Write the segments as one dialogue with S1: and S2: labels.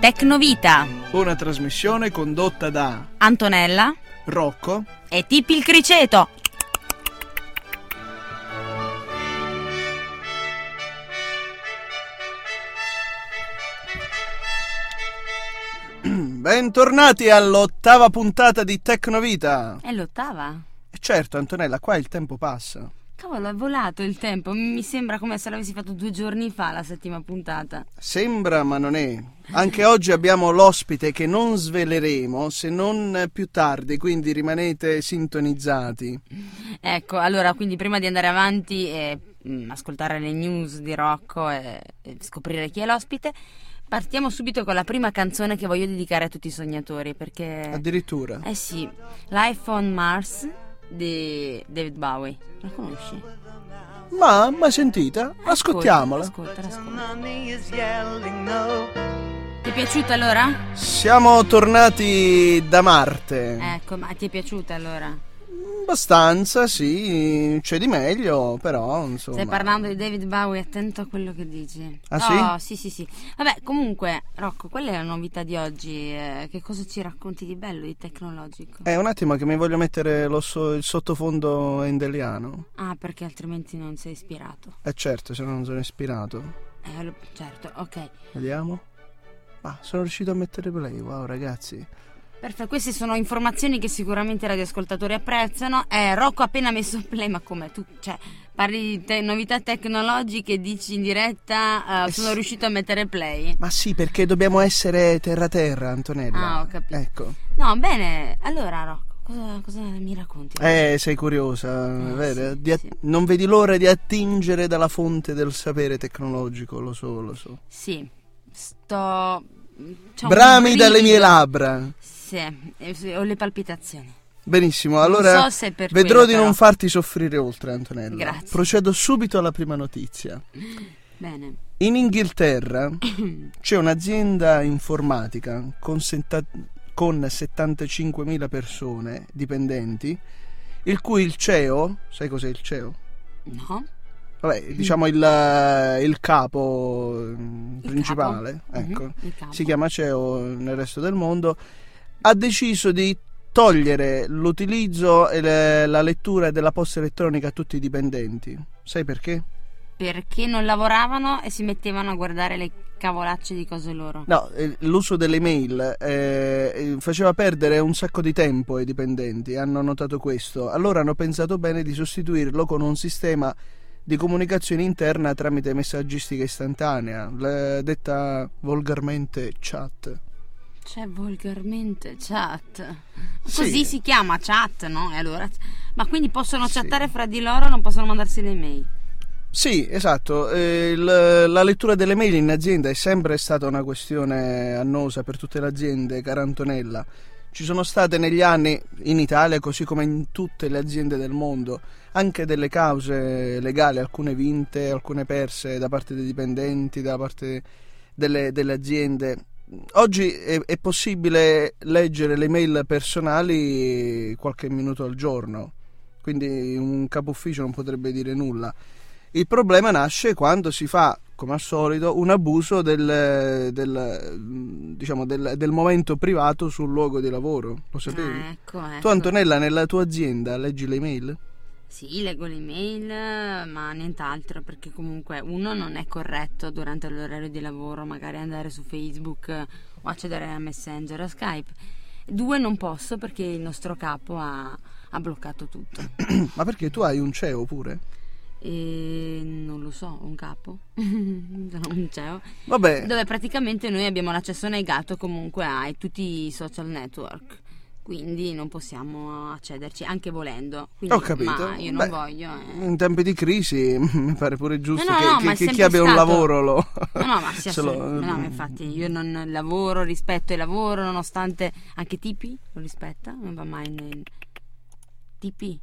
S1: Tecnovita,
S2: Una trasmissione condotta da
S1: Antonella
S2: Rocco.
S1: e Tippi il Criceto.
S2: Bentornati all'ottava puntata di Tecnovita.
S1: È l'ottava?
S2: E certo, Antonella, qua il tempo passa.
S1: Cavolo, è volato il tempo. Mi sembra come se l'avessi fatto due giorni fa la settima puntata.
S2: Sembra, ma non è. Anche oggi abbiamo l'ospite che non sveleremo se non più tardi, quindi rimanete sintonizzati.
S1: Ecco, allora, quindi prima di andare avanti e mm, ascoltare le news di Rocco e, e scoprire chi è l'ospite, partiamo subito con la prima canzone che voglio dedicare a tutti i sognatori, perché...
S2: Addirittura.
S1: Eh sì, Life on Mars di David Bowie. La conosci?
S2: Ma, ma sentita, ascoltiamola.
S1: Ascolta, ascolta.
S3: Mommy is yelling no.
S1: Ti è piaciuta allora?
S2: Siamo tornati da
S3: Eh.
S2: Marte.
S1: Ecco, ma ti è piaciuta allora?
S2: Oh, Abbastanza, sì, c'è di meglio, però insomma.
S1: Stai parlando di David Bowie, attento a quello che dici.
S2: Ah, sì?
S1: Oh, sì, sì, sì. Vabbè, comunque, Rocco, qual è la novità di oggi? Eh, che cosa ci racconti di bello, di tecnologico?
S2: Eh, un attimo che mi voglio mettere lo so- il sottofondo endeliano.
S1: Ah, perché altrimenti non sei ispirato.
S2: Eh certo, se no non sono ispirato.
S1: Eh, allo- certo, ok.
S2: Vediamo. Ah, sono riuscito a mettere play, wow ragazzi.
S1: Perfetto, queste sono informazioni che sicuramente i radioascoltatori apprezzano. Eh, Rocco ha appena messo play, ma come tu, cioè, parli di te- novità tecnologiche, dici in diretta, eh,
S2: Eh
S1: sono
S2: sì.
S1: riuscito a mettere play.
S2: Ma sì, perché dobbiamo essere terra-terra, Antonella.
S1: Ah, ho capito.
S2: Ecco.
S1: No, bene, allora Rocco, cosa, cosa mi racconti?
S2: Eh, sei curiosa,
S1: Eh,
S2: vero?
S1: sì,
S2: Di at-
S1: sì.
S2: Non vedi l'ora di attingere dalla fonte del sapere tecnologico, lo so, lo so.
S1: Sì, sto... c'ho un
S2: Brami dalle
S1: brivido.
S2: mie labbra.
S1: Sì, eh, sì, ho le palpitazioni.
S2: Benissimo,
S1: non
S2: allora
S1: so se è per
S2: vedrò
S1: quello,
S2: di
S1: però.
S2: non farti soffrire oltre, Antonella.
S1: Grazie.
S2: Procedo subito alla prima notizia.
S1: Bene,
S2: In Inghilterra c'è un'azienda informatica con, senta- con 75.000 persone dipendenti, il cui il CEO, sai cos'è il CEO?
S1: no?
S2: Vabbè, diciamo il, il capo mm,
S1: Il
S2: principale,
S1: capo.
S2: ecco,
S1: Mhm, il capo.
S2: si chiama CEO nel resto del mondo, ha deciso di togliere l'utilizzo e le- la lettura della posta elettronica a tutti i dipendenti. Sai perché?
S1: Perché non lavoravano e si mettevano a guardare le cavolacce di cose loro.
S2: No, eh, l'uso delle mail eh, eh, faceva perdere un sacco di tempo ai dipendenti, hanno notato questo. Allora hanno pensato bene di sostituirlo con un sistema di comunicazione interna tramite messaggistica istantanea, l- detta volgarmente chat.
S1: Cioè, volgarmente chat.
S2: Sì.
S1: Così si chiama chat, no? E allora, ma quindi possono
S2: Sì.
S1: chattare fra di loro, non possono mandarsi le mail.
S2: Sì, esatto. eh, il- la lettura delle mail in azienda è sempre stata una questione annosa per tutte le aziende, cara Antonella. Ci sono state negli anni, in Italia così come in tutte le aziende del mondo, anche delle cause legali, alcune vinte, alcune perse da parte dei dipendenti, da parte delle, delle aziende. Oggi è, è possibile leggere le mail personali qualche minuto al giorno, quindi un capo ufficio non potrebbe dire nulla. Il problema nasce quando si fa, come al solito, un abuso del, del, mm, diciamo, del- del momento privato sul luogo di lavoro. Lo sapevi?
S1: Ah, ecco, ecco.
S2: Tu, Antonella, nella tua azienda leggi le mail?
S1: Sì, leggo le mail, ma nient'altro, perché comunque uno non è corretto durante l'orario di lavoro, magari andare su Facebook eh, o accedere a Messenger o Skype. Due non posso perché il nostro capo ha, ha bloccato tutto.
S2: Ma perché tu hai un CEO pure?
S1: E non lo so, un capo? un CEO?
S2: Vabbè,
S1: Dove praticamente noi abbiamo l'accesso negato comunque ai tutti i social network. Quindi non possiamo accederci, anche volendo. Quindi,
S2: Ho capito.
S1: Ma io non
S2: Beh,
S1: voglio. eh.
S2: in tempi di crisi mi pare pure giusto
S1: No, no,
S2: che,
S1: no,
S2: che-
S1: ma è
S2: che chi
S1: sempre
S2: abbia un
S1: stato-
S2: lavoro lo...
S1: No, no, ma sia
S2: se lo-
S1: solo- no,
S2: eh.
S1: ma infatti io non lavoro, rispetto il lavoro, nonostante anche Tipi lo rispetta, non va mai nel Tipi.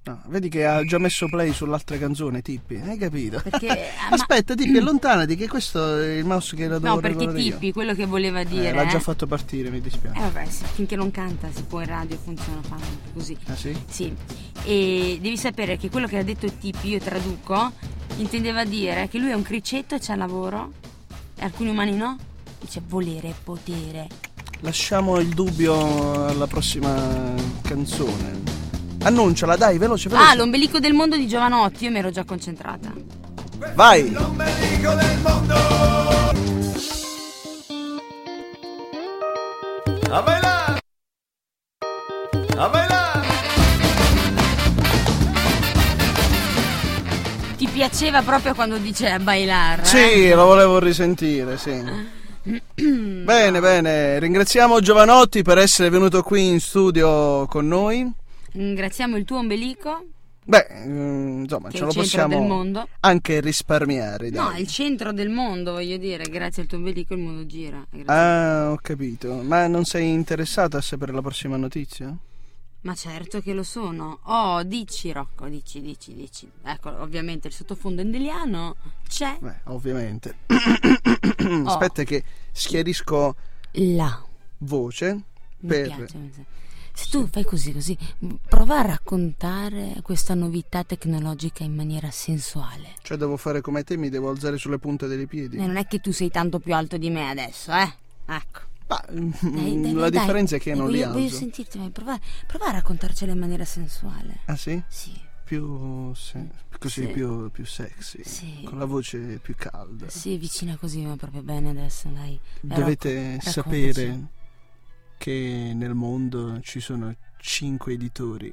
S2: No, vedi che ha già messo play sull'altra canzone, Tippi, hai capito?
S1: Perché- eh, ma-
S2: Aspetta, Tippi, allontanati che questo è il mouse che la devo
S1: No, perché
S2: regolare io.
S1: Tipi, quello che voleva dire.
S2: Eh, l'ha già
S1: eh.
S2: fatto partire, mi
S1: Eh,
S2: dispiace.
S1: vabbè, sì, finché non canta si può in radio funziona fa così.
S2: Ah sì?
S1: Sì. E devi sapere che quello che ha detto Tipi, io traduco, intendeva dire che lui è un cricetto e c'ha lavoro e alcuni umani no. Dice volere potere.
S2: Lasciamo il dubbio alla prossima canzone. Annunciala, dai, veloce, veloce.
S1: Ah, l'ombelico del mondo di Giovanotti, io mi ero già concentrata.
S2: Vai!
S4: L'ombelico del mondo A bailar A bailar
S1: Ti piaceva proprio quando dice a bailar? eh?
S2: Sì, lo volevo risentire, sì. Bene, bene, ringraziamo Giovanotti per essere venuto qui in studio con noi.
S1: Ringraziamo il tuo ombelico.
S2: Beh, mm, insomma,
S1: Che è
S2: ce lo
S1: il centro
S2: possiamo
S1: del mondo.
S2: anche risparmiare.
S1: No,
S2: Dai.
S1: è il centro del mondo, voglio dire. Grazie al tuo ombelico il mondo gira. Grazie.
S2: Ah, ho capito. Ma non sei interessato a sapere la prossima notizia?
S1: Ma certo che lo sono. Oh, dici Rocco, dici, dici, dici. Ecco, ovviamente il sottofondo indeliano c'è
S2: Beh, ovviamente. Oh. Aspetta che schiarisco
S1: là.
S2: voce
S1: Mi
S2: per...
S1: piace. Se tu fai così, così, prova a raccontare questa novità tecnologica in maniera sensuale.
S2: Cioè devo fare come te, mi devo alzare sulle punte dei piedi.
S1: Eh, non è che tu sei tanto più alto di me adesso, eh? Ecco.
S2: Ma, mm,
S1: Dai, dai,
S2: la
S1: dai,
S2: differenza è che
S1: dai,
S2: non li
S1: voglio,
S2: alzo.
S1: Voglio sentirti, ma prova, prova a raccontarcela in maniera sensuale.
S2: Ah sì?
S1: Sì,
S2: Più... se- Così
S1: Sì.
S2: più, più sexy.
S1: Sì.
S2: Con la voce più calda.
S1: sì, vicina così, ma proprio bene adesso, dai. Vai,
S2: Dovete
S1: Rocco, raccontaci.
S2: sapere che nel mondo ci sono cinque editori.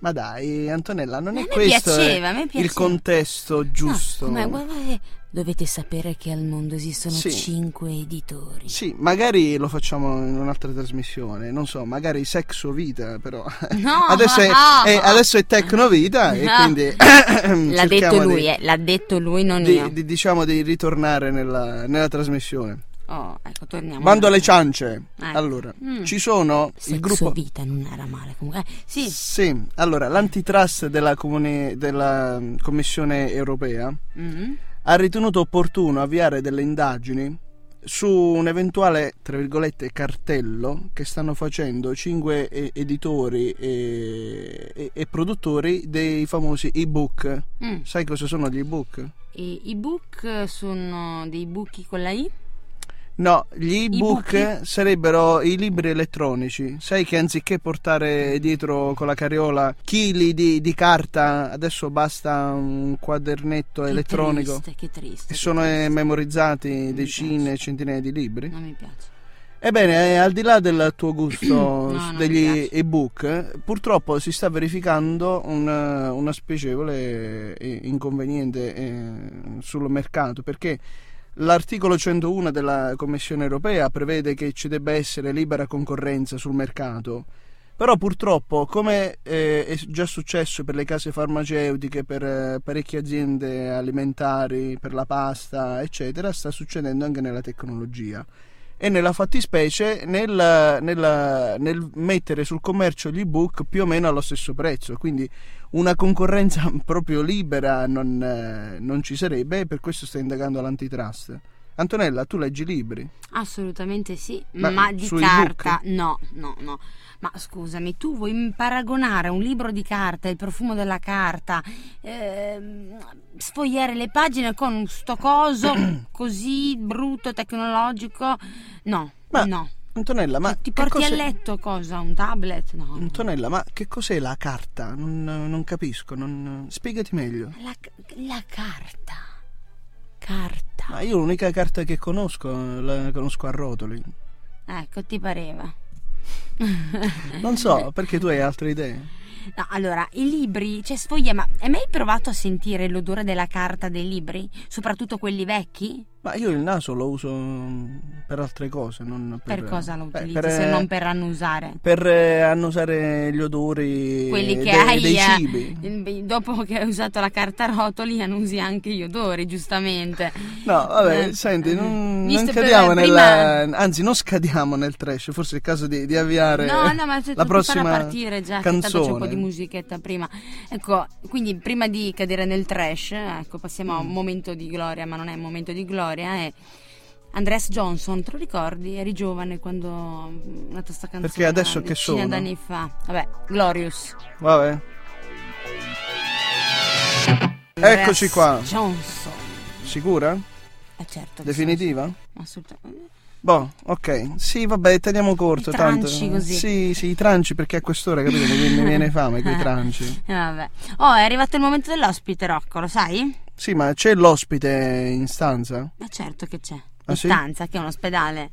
S2: Ma dai, Antonella, non
S1: Ma
S2: è
S1: a me
S2: questo eh,
S1: piaceva, a me
S2: il
S1: piaceva.
S2: contesto giusto.
S1: No, ma guarda, che dovete sapere che al mondo esistono
S2: Sì.
S1: cinque editori.
S2: Sì, magari lo facciamo in un'altra trasmissione, non so, magari sexo vita, però.
S1: No,
S2: adesso, è,
S1: no.
S2: è- adesso è tecnovita e
S1: No.
S2: quindi...
S1: Ah. L'ha
S2: L'ha
S1: detto lui, eh, l'ha detto lui, non io.
S2: Di, di- diciamo di ritornare nella, nella trasmissione.
S1: Oh, ecco, torniamo.
S2: Bando alle ciance.
S1: Ecco.
S2: Allora,
S1: Mm.
S2: ci sono
S1: Sexo
S2: il gruppo...
S1: vita non era male comunque. Eh, Sì,
S2: Sì, allora l'antitrust della, comune- della, mm, Commissione europea
S1: Mhm.
S2: ha ritenuto opportuno avviare delle indagini su un eventuale, tra virgolette, cartello che stanno facendo cinque e- editori e, e- e produttori dei famosi ebook.
S1: Mm.
S2: Sai cosa sono gli ebook?
S1: E I book sono dei buchi con la I?
S2: No, gli ebook
S1: buchi?
S2: sarebbero i libri elettronici. Sai che anziché portare dietro con la carriola chili di, di carta, adesso basta un quadernetto
S1: Che
S2: elettronico.
S1: Triste, che triste.
S2: E
S1: che
S2: sono eh,
S1: triste.
S2: memorizzati
S1: Mi
S2: decine,
S1: piace.
S2: centinaia di libri.
S1: Non mi piace.
S2: Ebbene, eh, al di là del tuo gusto
S1: No,
S2: s-
S1: non mi
S2: degli
S1: piace.
S2: ebook, eh, purtroppo si sta verificando un, eh, una spiacevole eh, inconveniente eh, sul mercato perché l'articolo 101 della Commissione europea prevede che ci debba essere libera concorrenza sul mercato. Però purtroppo, come eh, è già successo per le case farmaceutiche, per eh, parecchie aziende alimentari, per la pasta, eccetera, sta succedendo anche nella tecnologia. E nella fattispecie nel, nel- nel mettere sul commercio gli ebook più o meno allo stesso prezzo. Quindi una concorrenza proprio libera non, eh, non ci sarebbe e per questo sta indagando l'antitrust. Antonella, tu leggi libri?
S1: Assolutamente sì,
S2: Ma
S1: ma, di
S2: sui
S1: carta no, no, no. Ma scusami, tu vuoi paragonare un libro di carta, il profumo della carta, ehm, sfogliare le pagine con un sto coso così brutto, tecnologico? No,
S2: Ma-
S1: no.
S2: Antonella, ma
S1: Ti
S2: che
S1: porti a
S2: cos'è-
S1: letto cosa? Mm. Un tablet? No.
S2: Antonella, ma che cos'è la carta? Non, non capisco, non- spiegati meglio.
S1: La, la carta. Carta.
S2: Ma io l'unica carta che conosco la conosco a rotoli.
S1: Ecco, ti pareva.
S2: Non so,
S1: Eh.
S2: perché tu hai altre idee?
S1: No, allora, i libri, cioè sfoglia, ma hai mai provato a sentire l'odore della carta dei libri? Soprattutto quelli vecchi?
S2: Ma io il naso lo uso mm, per altre cose, non per...
S1: Per cosa lo
S2: Beh,
S1: utilizzi
S2: per,
S1: se
S2: eh,
S1: non per annusare?
S2: Per eh, annusare gli odori
S1: Quelli che
S2: dei,
S1: hai
S2: dei
S1: eh,
S2: cibi.
S1: eh, dopo che hai usato la carta a rotoli annusi anche gli odori, giustamente.
S2: No, vabbè,
S1: Eh,
S2: senti,
S1: eh,
S2: non,
S1: visto
S2: non
S1: per-
S2: cadiamo
S1: prima-
S2: nella... Anzi, non scadiamo nel trash, forse è il caso di, di avviare
S1: No, no, ma se
S2: la
S1: tu prossima
S2: prossima
S1: a partire già, che tanto c'è un po'
S2: canzone.
S1: di musichetta prima. Ecco, quindi prima di cadere nel trash, ecco, passiamo a
S2: Mm.
S1: un momento di gloria, ma non è un momento di gloria, è Andreas Johnson, te lo ricordi? Eri giovane quando ha dato sta canzone.
S2: Perché adesso
S1: una
S2: che
S1: decina
S2: sono?
S1: d'anni fa. Vabbè, Glorious.
S2: Vabbè. Eccoci
S1: Andreas
S2: qua.
S1: Johnson.
S2: Sicura?
S1: Eh certo. che
S2: Definitiva?
S1: sono- Assolutamente.
S2: Boh, ok. Sì, vabbè, teniamo corto.
S1: I
S2: tanto.
S1: tranci così.
S2: Sì, sì, i tranci perché a quest'ora, capito, mi mi viene fame
S1: Eh.
S2: quei tranci.
S1: E vabbè. Oh, è arrivato il momento dell'ospite, Rocco, lo sai?
S2: Sì, ma c'è l'ospite in stanza?
S1: Ma certo che c'è.
S2: Ah,
S1: in
S2: sì?
S1: stanza, che è un ospedale.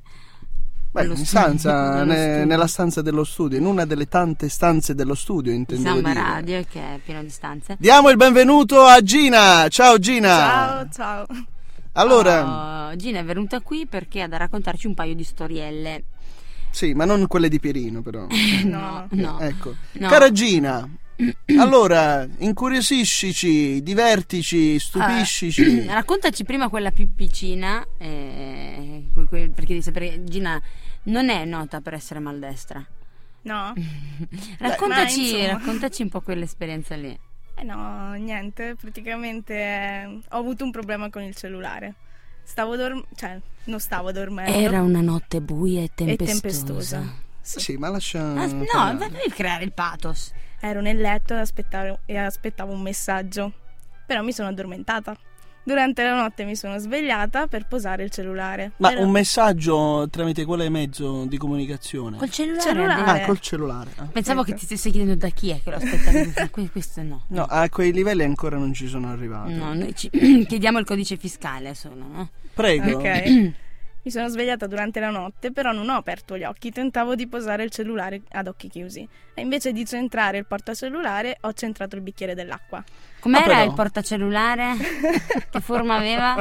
S2: Beh,
S1: Nello
S2: in
S1: studio,
S2: stanza,
S1: nello
S2: ne-
S1: studio.
S2: nella stanza dello studio, in una delle tante stanze dello studio,
S1: di
S2: intendevo
S1: Samba
S2: dire.
S1: Radio, che è pieno di stanze.
S2: Diamo il benvenuto a Gina. Ciao Gina.
S5: Ciao, ciao.
S2: Allora,
S1: Oh, Gina è venuta qui perché ha da raccontarci un paio di storielle.
S2: sì, ma non quelle di Pierino però.
S5: No, no.
S1: No. Ah,
S2: Ecco.
S1: No.
S2: Cara Gina, allora, incuriosiscici, divertici, stupiscici.
S1: Ah, raccontaci prima quella più piccina, eh, que- que- perché di sapere Gina non è nota per essere maldestra.
S5: No, ma
S1: Raccontaci,
S5: insomma.
S1: raccontaci un po' quell'esperienza lì.
S5: Eh no, niente, praticamente eh, ho avuto un problema con il cellulare. Stavo dormendo, cioè, non stavo dormendo.
S1: Era una notte buia Eh, e
S5: e
S1: tempestosa.
S5: tempestosa. Sì.
S2: Sì, ma lascia
S1: Ah, no,
S2: parlare.
S1: beh, devi creare il pathos.
S5: Ero nel letto e aspettavo, e aspettavo un messaggio, però mi sono addormentata. Durante la notte mi sono svegliata per posare il cellulare.
S2: Ma
S5: Però-
S2: un messaggio tramite quale mezzo di comunicazione?
S1: Col cellulare.
S5: Cellulare.
S1: Adele.
S2: Ah, col cellulare. ah.
S1: Pensavo
S5: Ecco.
S1: che ti stessi chiedendo da chi è che lo aspettavi. Que- Questo no.
S2: No, a quei livelli ancora non ci sono arrivato.
S1: No, noi ci chiediamo il codice fiscale solo, no?
S2: Prego.
S5: Ok. Mi sono svegliata durante la notte, però non ho aperto gli occhi, tentavo di posare il cellulare ad occhi chiusi. E invece di centrare il portacellulare, ho centrato il bicchiere dell'acqua.
S1: Com'era
S2: Ah, però.
S1: il portacellulare? che forma aveva?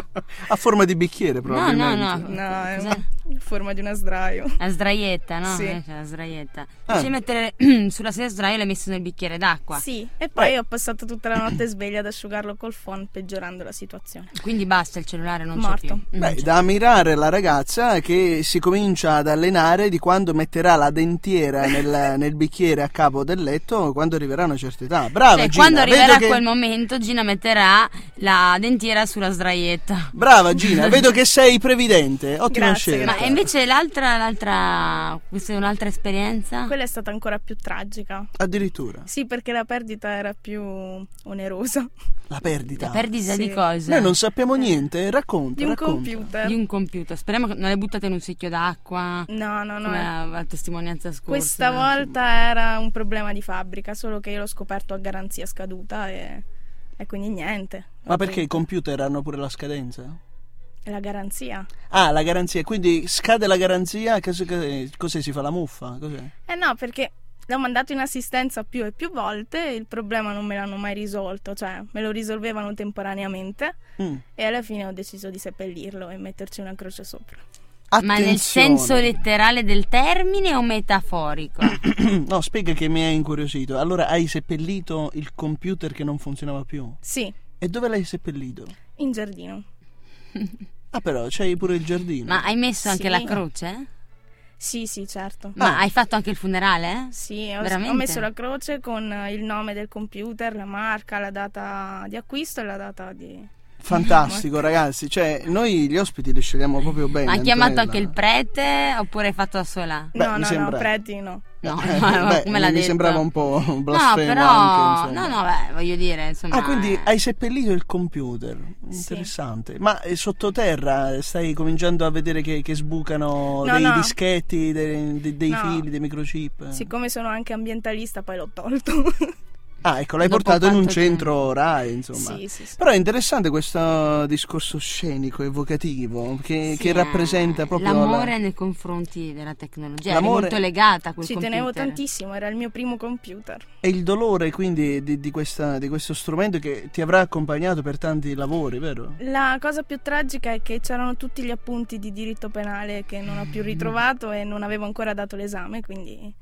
S2: A forma di bicchiere,
S1: No, no,
S2: probabilmente.
S1: no.
S5: No, è
S1: Ah, ecco, Cos'è?
S5: una- in forma di una sdraio.
S1: La sdraietta, no?
S5: Sì.
S1: Eh, c'è la sdraietta.
S2: Ah.
S1: Invece di mettere sulla sedia sdraio l'hai messo nel bicchiere d'acqua.
S5: Sì, e poi
S2: Beh.
S5: ho passato tutta la notte sveglia ad asciugarlo col phon, peggiorando la situazione.
S1: Quindi basta, il cellulare non c'è
S5: Morto.
S1: più. Mm.
S2: Beh, da ammirare la ragazza che si comincia ad allenare di quando metterà la dentiera nel, nel bicchiere a capo del letto quando arriverà a una certa età. Brava
S1: Cioè,
S2: Gina,
S1: quando
S2: vedo
S1: arriverà
S2: che-
S1: quel momento, Gina metterà la dentiera sulla sdraietta.
S2: Brava Gina, vedo che sei previdente, ottima
S5: Grazie,
S2: scelta.
S1: Ma e invece l'altra, l'altra, questa è un'altra esperienza?
S5: Quella è stata ancora più tragica.
S2: Addirittura,
S5: Sì, perché la perdita era più onerosa
S2: la perdita.
S1: La perdita
S5: Sì.
S1: Cioè, di cosa?
S2: Noi non sappiamo niente, racconta,
S5: di un
S2: racconta.
S5: computer.
S1: Esatto. Di un computer. Speriamo che non le buttate in un secchio d'acqua.
S5: No, no, no.
S1: come la, la testimonianza scorsa.
S5: Questa volta era un problema di fabbrica, solo che io l'ho scoperto a garanzia scaduta e, e quindi niente.
S2: Ma perché i computer hanno pure la scadenza?
S5: È la garanzia.
S2: Ah, la garanzia, quindi scade la garanzia, che- che- cos'è si fa la muffa? Cos'è?
S5: Eh no, perché l'ho mandato in assistenza più e più volte e il problema non me l'hanno mai risolto, cioè me lo risolvevano temporaneamente
S2: Mm.
S5: e alla fine ho deciso di seppellirlo e metterci una croce sopra.
S1: Ma nel senso
S2: Attenzione.
S1: letterale del termine o metaforico?
S2: Mm. No, spiega che mi hai incuriosito. Allora hai seppellito il computer che non funzionava più.
S5: Sì,
S2: E dove l'hai seppellito?
S5: in giardino.
S2: Ah, però c'hai pure il giardino.
S1: Ma hai messo anche
S5: Sì.
S1: la croce?
S5: Sì, sì, certo.
S1: Ma hai fatto anche il funerale?
S5: Sì, ho,
S1: Veramente?
S5: ho messo la croce con eh, il nome del computer, la marca, la data di acquisto e la data di...
S2: Fantastico, ragazzi. Cioè, noi gli ospiti li scegliamo proprio bene.
S1: Ma hai chiamato
S2: Antonella.
S1: anche il prete oppure hai fatto da sola?
S2: Beh,
S5: no,
S2: mi
S5: no,
S2: sembra-
S5: no, preti no.
S1: No,
S2: Eh,
S1: no,
S2: beh,
S1: come l'ha
S2: mi
S1: detto?
S2: sembrava un po'
S1: No,
S2: blasfemo
S1: però...
S2: anche, insomma.
S1: no, no, beh, voglio dire, insomma...
S2: Ah, quindi
S1: eh,
S2: hai seppellito il computer. Interessante. Ma eh, sottoterra stai cominciando a vedere che, che sbucano
S5: No,
S2: dei
S5: no.
S2: dischetti, dei, dei- dei
S5: No.
S2: fili, dei microchip?
S5: Siccome sono anche ambientalista, poi l'ho tolto.
S2: Ah, ecco, l'hai
S1: Dopo
S2: portato in un
S1: quanto tempo?
S2: centro RAI, insomma.
S5: Sì, sì, sì.
S2: Però è interessante questo discorso scenico, evocativo, che,
S1: sì,
S2: che
S1: eh,
S2: rappresenta proprio la-
S1: l'amore nei confronti della tecnologia. Eri
S2: L'amore-
S1: molto legata a quel
S5: Ci
S1: computer.
S5: tenevo tantissimo, era il mio primo computer.
S2: e il dolore quindi di, di questa- di questo strumento che ti avrà accompagnato per tanti lavori, vero?
S5: La cosa più tragica è che c'erano tutti gli appunti di diritto penale che non ho più ritrovato e non avevo ancora dato l'esame, quindi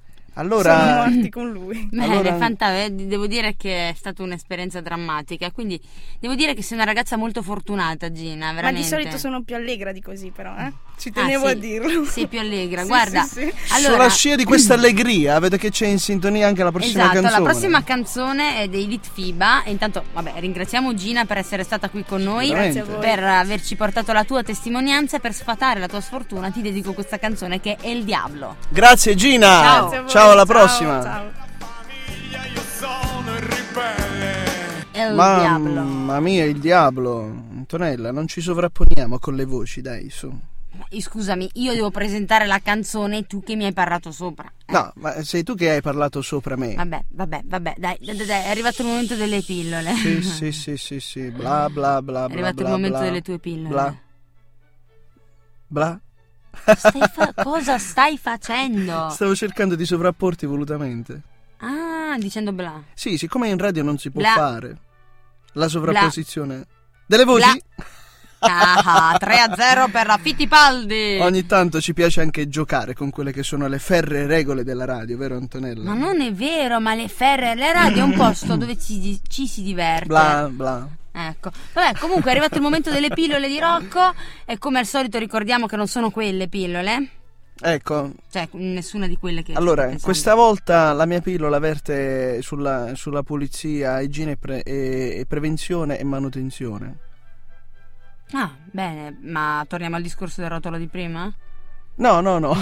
S5: sono
S2: Allora,
S5: morti con lui.
S1: Bene,
S2: Allora-
S1: fanta- eh, devo dire che è stata un'esperienza drammatica, quindi devo dire che sei una ragazza molto fortunata, Gina, veramente.
S5: Ma di solito sono più allegra di così, però, eh?
S2: Mm.
S5: Ci
S1: Ah,
S5: tenevo
S1: sì.
S5: a dirlo.
S1: Sei più allegra,
S5: Sì,
S1: guarda.
S5: sì, sì.
S1: Allora,
S2: sulla scia di questa allegria, vedo che c'è in sintonia anche la prossima
S1: esatto,
S2: canzone.
S1: la prossima canzone è dei Litfiba e intanto, vabbè, ringraziamo Gina per essere stata qui con noi,
S2: Veramente.
S5: Grazie a voi.
S1: per averci portato la tua testimonianza e per sfatare la tua sfortuna. Ti dedico questa canzone che è Il Diablo.
S2: Grazie Gina.
S1: Ciao.
S5: Grazie a voi,
S2: alla prossima.
S5: Ciao.
S4: Famiglia, io sono il ribelle.
S1: È Il Diablo.
S2: Mamma mia, il diavolo. Antonella, non ci sovrapponiamo con le voci, dai, su.
S1: Scusami, io devo presentare la canzone e tu che mi hai parlato sopra. Eh,
S2: No, ma sei tu che hai parlato sopra me.
S1: Vabbè, vabbè, vabbè, dai, dai, dai, dai, è arrivato il momento delle pillole.
S2: Sì, sì, sì, sì, sì, bla bla bla bla.
S1: È arrivato
S2: bla,
S1: il momento
S2: bla,
S1: delle tue pillole.
S2: Bla. Bla.
S1: Stai fa- cosa stai facendo?
S2: Stavo cercando di sovrapporti volutamente.
S1: Ah, dicendo bla.
S2: Sì, siccome in radio non si può
S1: Bla.
S2: fare la sovrapposizione delle voci,
S1: Ah, 3 a 0 per la Fittipaldi.
S2: ogni tanto ci piace anche giocare con quelle che sono le ferre regole della radio, vero Antonella?
S1: Ma non è vero, ma le ferre, le radio è un posto dove ci, ci si diverte.
S2: Bla bla.
S1: Ecco, vabbè, comunque è arrivato il momento delle pillole di Rocco e come al solito ricordiamo che non sono quelle pillole,
S2: Ecco,
S1: cioè nessuna di quelle che...
S2: Allora,
S1: pensando.
S2: questa volta la mia pillola verte sulla, sulla pulizia, igiene e pre- e- e prevenzione e manutenzione.
S1: Ah, bene, ma torniamo al discorso del rotolo di prima?
S2: No, no, no.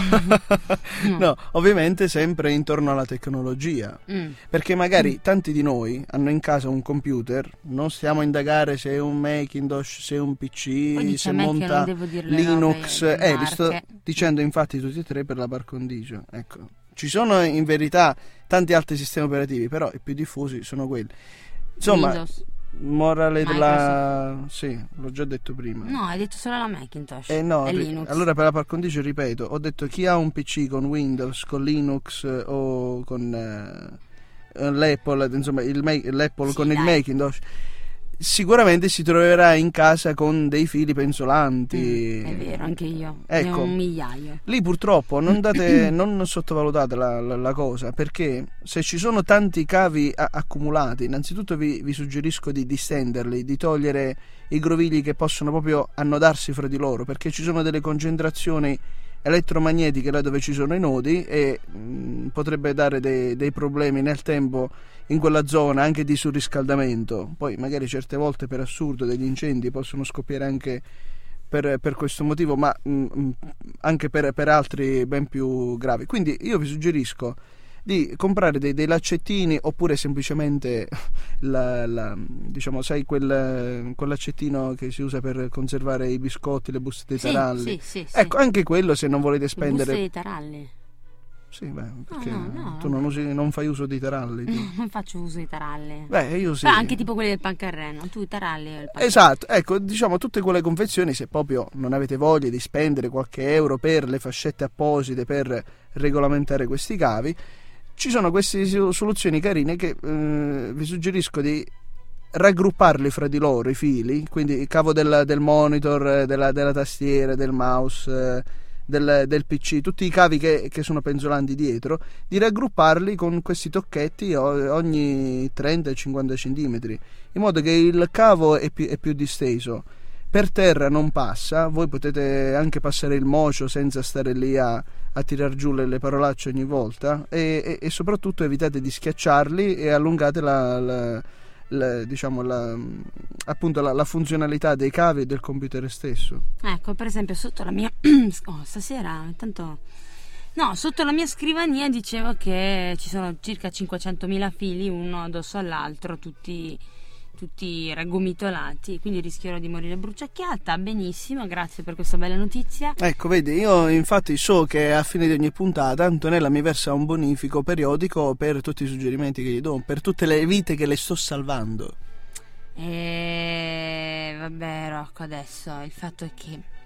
S2: no, ovviamente sempre intorno alla tecnologia.
S1: Mm.
S2: Perché magari tanti di noi hanno in casa un computer, non stiamo a indagare se è un Macintosh, se è un
S1: Poi
S2: PC,
S1: dici
S2: se
S1: a me che non
S2: monta
S1: devo dire le
S2: Linux.
S1: robe, le
S2: Eh, vi sto
S1: marche.
S2: dicendo infatti tutti e tre per la par condicio. Ecco. Ci sono in verità tanti altri sistemi operativi, però i più diffusi sono quelli. Insomma,
S1: Windows.
S2: morale della... Sì, l'ho già detto prima.
S1: No, hai detto solo la Macintosh.
S2: Eh no,
S1: è
S2: ri-
S1: Linux.
S2: allora per la par condicio ripeto, ho detto chi ha un PC con Windows, con Linux eh, o con eh, eh, l'Apple, eh, insomma il Ma- l'Apple
S1: Sì,
S2: con il
S1: dai.
S2: Macintosh, sicuramente si troverà in casa con dei fili penzolanti.
S1: Mm, è vero, anche io. Ne
S2: Ecco.
S1: ho un migliaio.
S2: Lì purtroppo non, date, non sottovalutate la, la- la cosa perché se ci sono tanti cavi a- accumulati, innanzitutto vi, vi suggerisco di distenderli, di togliere i grovigli che possono proprio annodarsi fra di loro perché ci sono delle concentrazioni elettromagnetiche là dove ci sono i nodi e mh, potrebbe dare dei, dei problemi nel tempo in quella zona anche di surriscaldamento. Poi magari certe volte per assurdo degli incendi possono scoppiare anche per, per questo motivo, ma mh, mh, anche per, per altri ben più gravi. Quindi io vi suggerisco di comprare dei, dei laccettini oppure semplicemente la- la- diciamo sai quel, quel laccettino che si usa per conservare i biscotti le buste dei
S1: Sì,
S2: taralli
S1: sì, sì, sì.
S2: Ecco, anche quello se non volete
S1: Le buste
S2: spendere.
S1: dei taralli.
S2: Sì, beh, perché
S1: no, no,
S2: tu non, usi- non fai uso di taralli. tu.
S1: Non faccio uso di taralli.
S2: Beh, io sì.
S1: Però anche tipo quelli del pancarreno. Tu i taralli e il pancarreno.
S2: Esatto, ecco, diciamo tutte quelle confezioni, se proprio non avete voglia di spendere qualche euro per le fascette apposite per regolamentare questi cavi, ci sono queste so- soluzioni carine che eh, vi suggerisco di raggrupparli fra di loro i fili, quindi il cavo del, del monitor, eh, della, della tastiera, del mouse, eh, del, del PC, tutti i cavi che, che sono penzolanti dietro, di raggrupparli con questi tocchetti o- ogni 30-50 cm in modo che il cavo è più, è più disteso. Per terra non passa, voi potete anche passare il mocio senza stare lì a, a tirar giù le, le parolacce ogni volta e, e- e soprattutto evitate di schiacciarli e allungate la, la- la- diciamo la, appunto la, la funzionalità dei cavi e del computer stesso.
S1: Ecco, per esempio, sotto la mia. Oh, stasera, intanto. No, sotto la mia scrivania dicevo che ci sono circa 500.000 fili uno addosso all'altro, tutti, tutti raggomitolati, quindi rischierò di morire bruciacchiata. Benissimo, grazie per questa bella notizia.
S2: Ecco, vedi, io infatti so che a fine di ogni puntata Antonella mi versa un bonifico periodico per tutti i suggerimenti che gli do, per tutte le vite che le sto salvando.
S1: E vabbè, Rocco, adesso il fatto è che.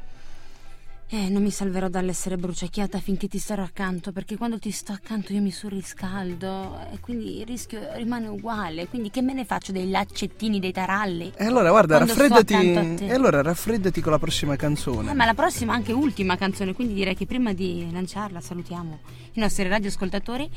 S1: Eh, non mi salverò dall'essere bruciacchiata finché ti starò accanto, perché quando ti sto accanto io mi surriscaldo e quindi il rischio rimane uguale. Quindi che me ne faccio dei laccettini, dei taralli?
S2: E allora guarda,
S1: Quando sto
S2: raffreddati.
S1: accanto a te.
S2: E allora raffreddati con la prossima canzone.
S1: Eh, ma la prossima è anche ultima canzone, quindi direi che prima di lanciarla salutiamo i nostri radioascoltatori.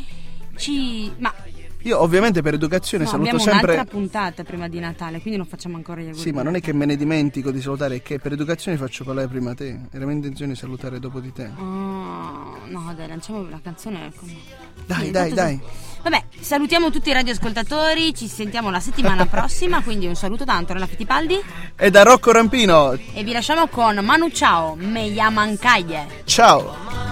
S1: Ci... Ma
S2: Io ovviamente per educazione
S1: no,
S2: saluto
S1: abbiamo
S2: sempre.
S1: un'altra puntata prima di Natale, quindi non facciamo ancora gli auguri.
S2: Sì, ma non è che me ne dimentico di salutare, è che per educazione faccio parlare prima te. Era mia intenzione salutare dopo di te.
S1: Oh, no, dai, lanciamo la canzone. ecco.
S2: Dai,
S1: Sì,
S2: dai,
S1: tanto-
S2: dai.
S1: Vabbè, salutiamo tutti i radioascoltatori, ci sentiamo la settimana prossima, quindi un saluto da Antonella Fittipaldi
S2: E da Rocco Rampino,
S1: e vi lasciamo con Manu Ciao, me llaman calle.
S2: ciao!